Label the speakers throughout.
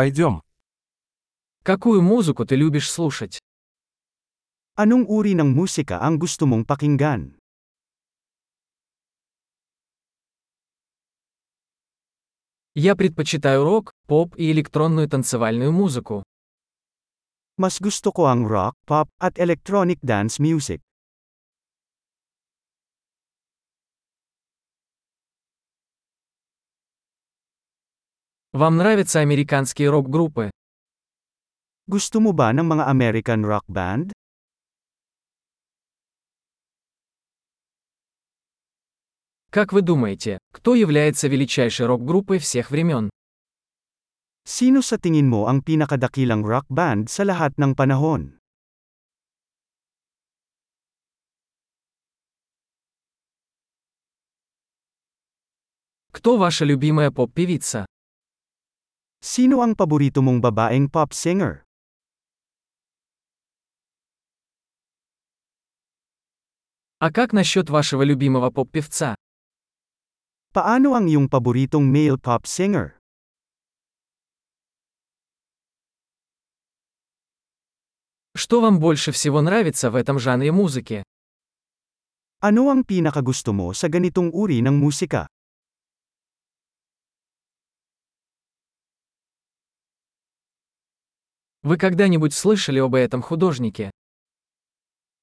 Speaker 1: Пойдем.
Speaker 2: Какую музыку ты любишь слушать?
Speaker 3: Anong uri ng musika ang gusto mong pakinggan?
Speaker 2: Я предпочитаю рок, поп и электронную танцевальную музыку.
Speaker 3: Mas gusto ko ang rock, pop, at electronic dance music.
Speaker 2: Вам нравятся американские рок-группы?
Speaker 3: Gusto mo ba ng mga American rock band?
Speaker 2: Как вы думаете, кто является величайшей рок-группой всех времен?
Speaker 3: Sino sa tingin mo ang pinakadakilang rock band sa lahat ng panahon?
Speaker 2: Кто ваша любимая поп-певица?
Speaker 3: Sino ang paborito mong babaeng pop singer?
Speaker 2: А как насчет вашего любимого поп-певца?
Speaker 3: Paano ang iyong paboritong male pop singer?
Speaker 2: Что вам больше всего нравится в этом жанре музыки?
Speaker 3: Ano ang pinakagusto mo sa ganitong uri ng musika?
Speaker 2: Вы когда-нибудь слышали об этом художнике?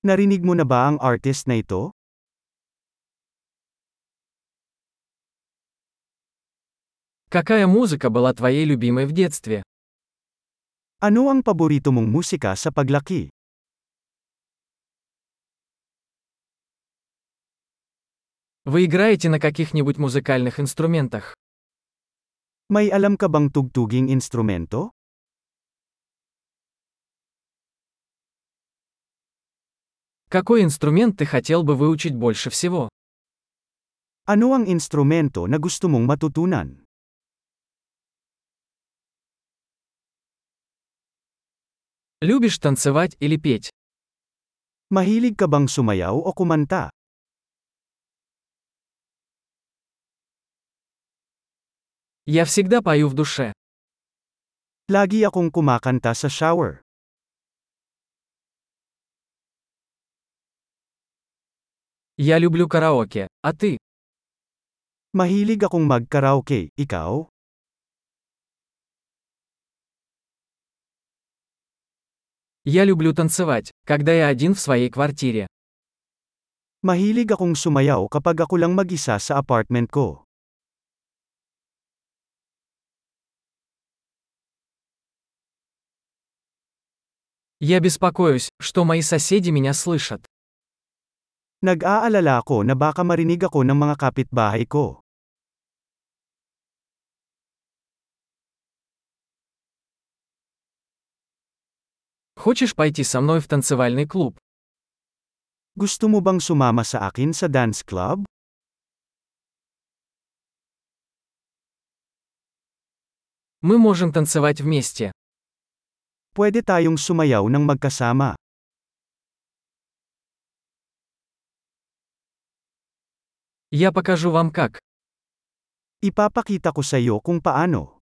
Speaker 3: Narinig mo na ba ang artist na ito?
Speaker 2: Какая музыка была твоей любимой в детстве?
Speaker 3: Ano ang paborito mong musika sa paglaki?
Speaker 2: Вы играете на каких-нибудь музыкальных инструментах?
Speaker 3: May alam ka bang tugtuging instrumento?
Speaker 2: Какой инструмент ты хотел бы выучить больше всего?
Speaker 3: Ano ang instrumento na gusto mong matutunan?
Speaker 2: Любишь танцевать или петь?
Speaker 3: Mahilig ka bang sumayaw o kumanta?
Speaker 2: Я всегда пою в душе.
Speaker 3: Lagi akong kumakanta sa shower.
Speaker 2: Я люблю караоке, а ты?
Speaker 3: Mahilig akong mag-karaoke, ikaw?
Speaker 2: Я люблю танцевать, когда я один в своей квартире.
Speaker 3: Mahilig akong sumayaw kapag ako lang mag-isa sa apartment ko.
Speaker 2: Я беспокоюсь, что мои соседи меня слышат.
Speaker 3: Nag-aalala ako na baka marinig ako ng mga kapitbahay ko.
Speaker 2: Хочешь пойти со мной в танцевальный клуб?
Speaker 3: Gusto mo bang sumama sa akin sa dance club?
Speaker 2: Мы можем танцевать вместе.
Speaker 3: Pwede tayong sumayaw ng magkasama.
Speaker 2: Я покажу вам как.
Speaker 3: Ipapakita ko sa iyo kung paano.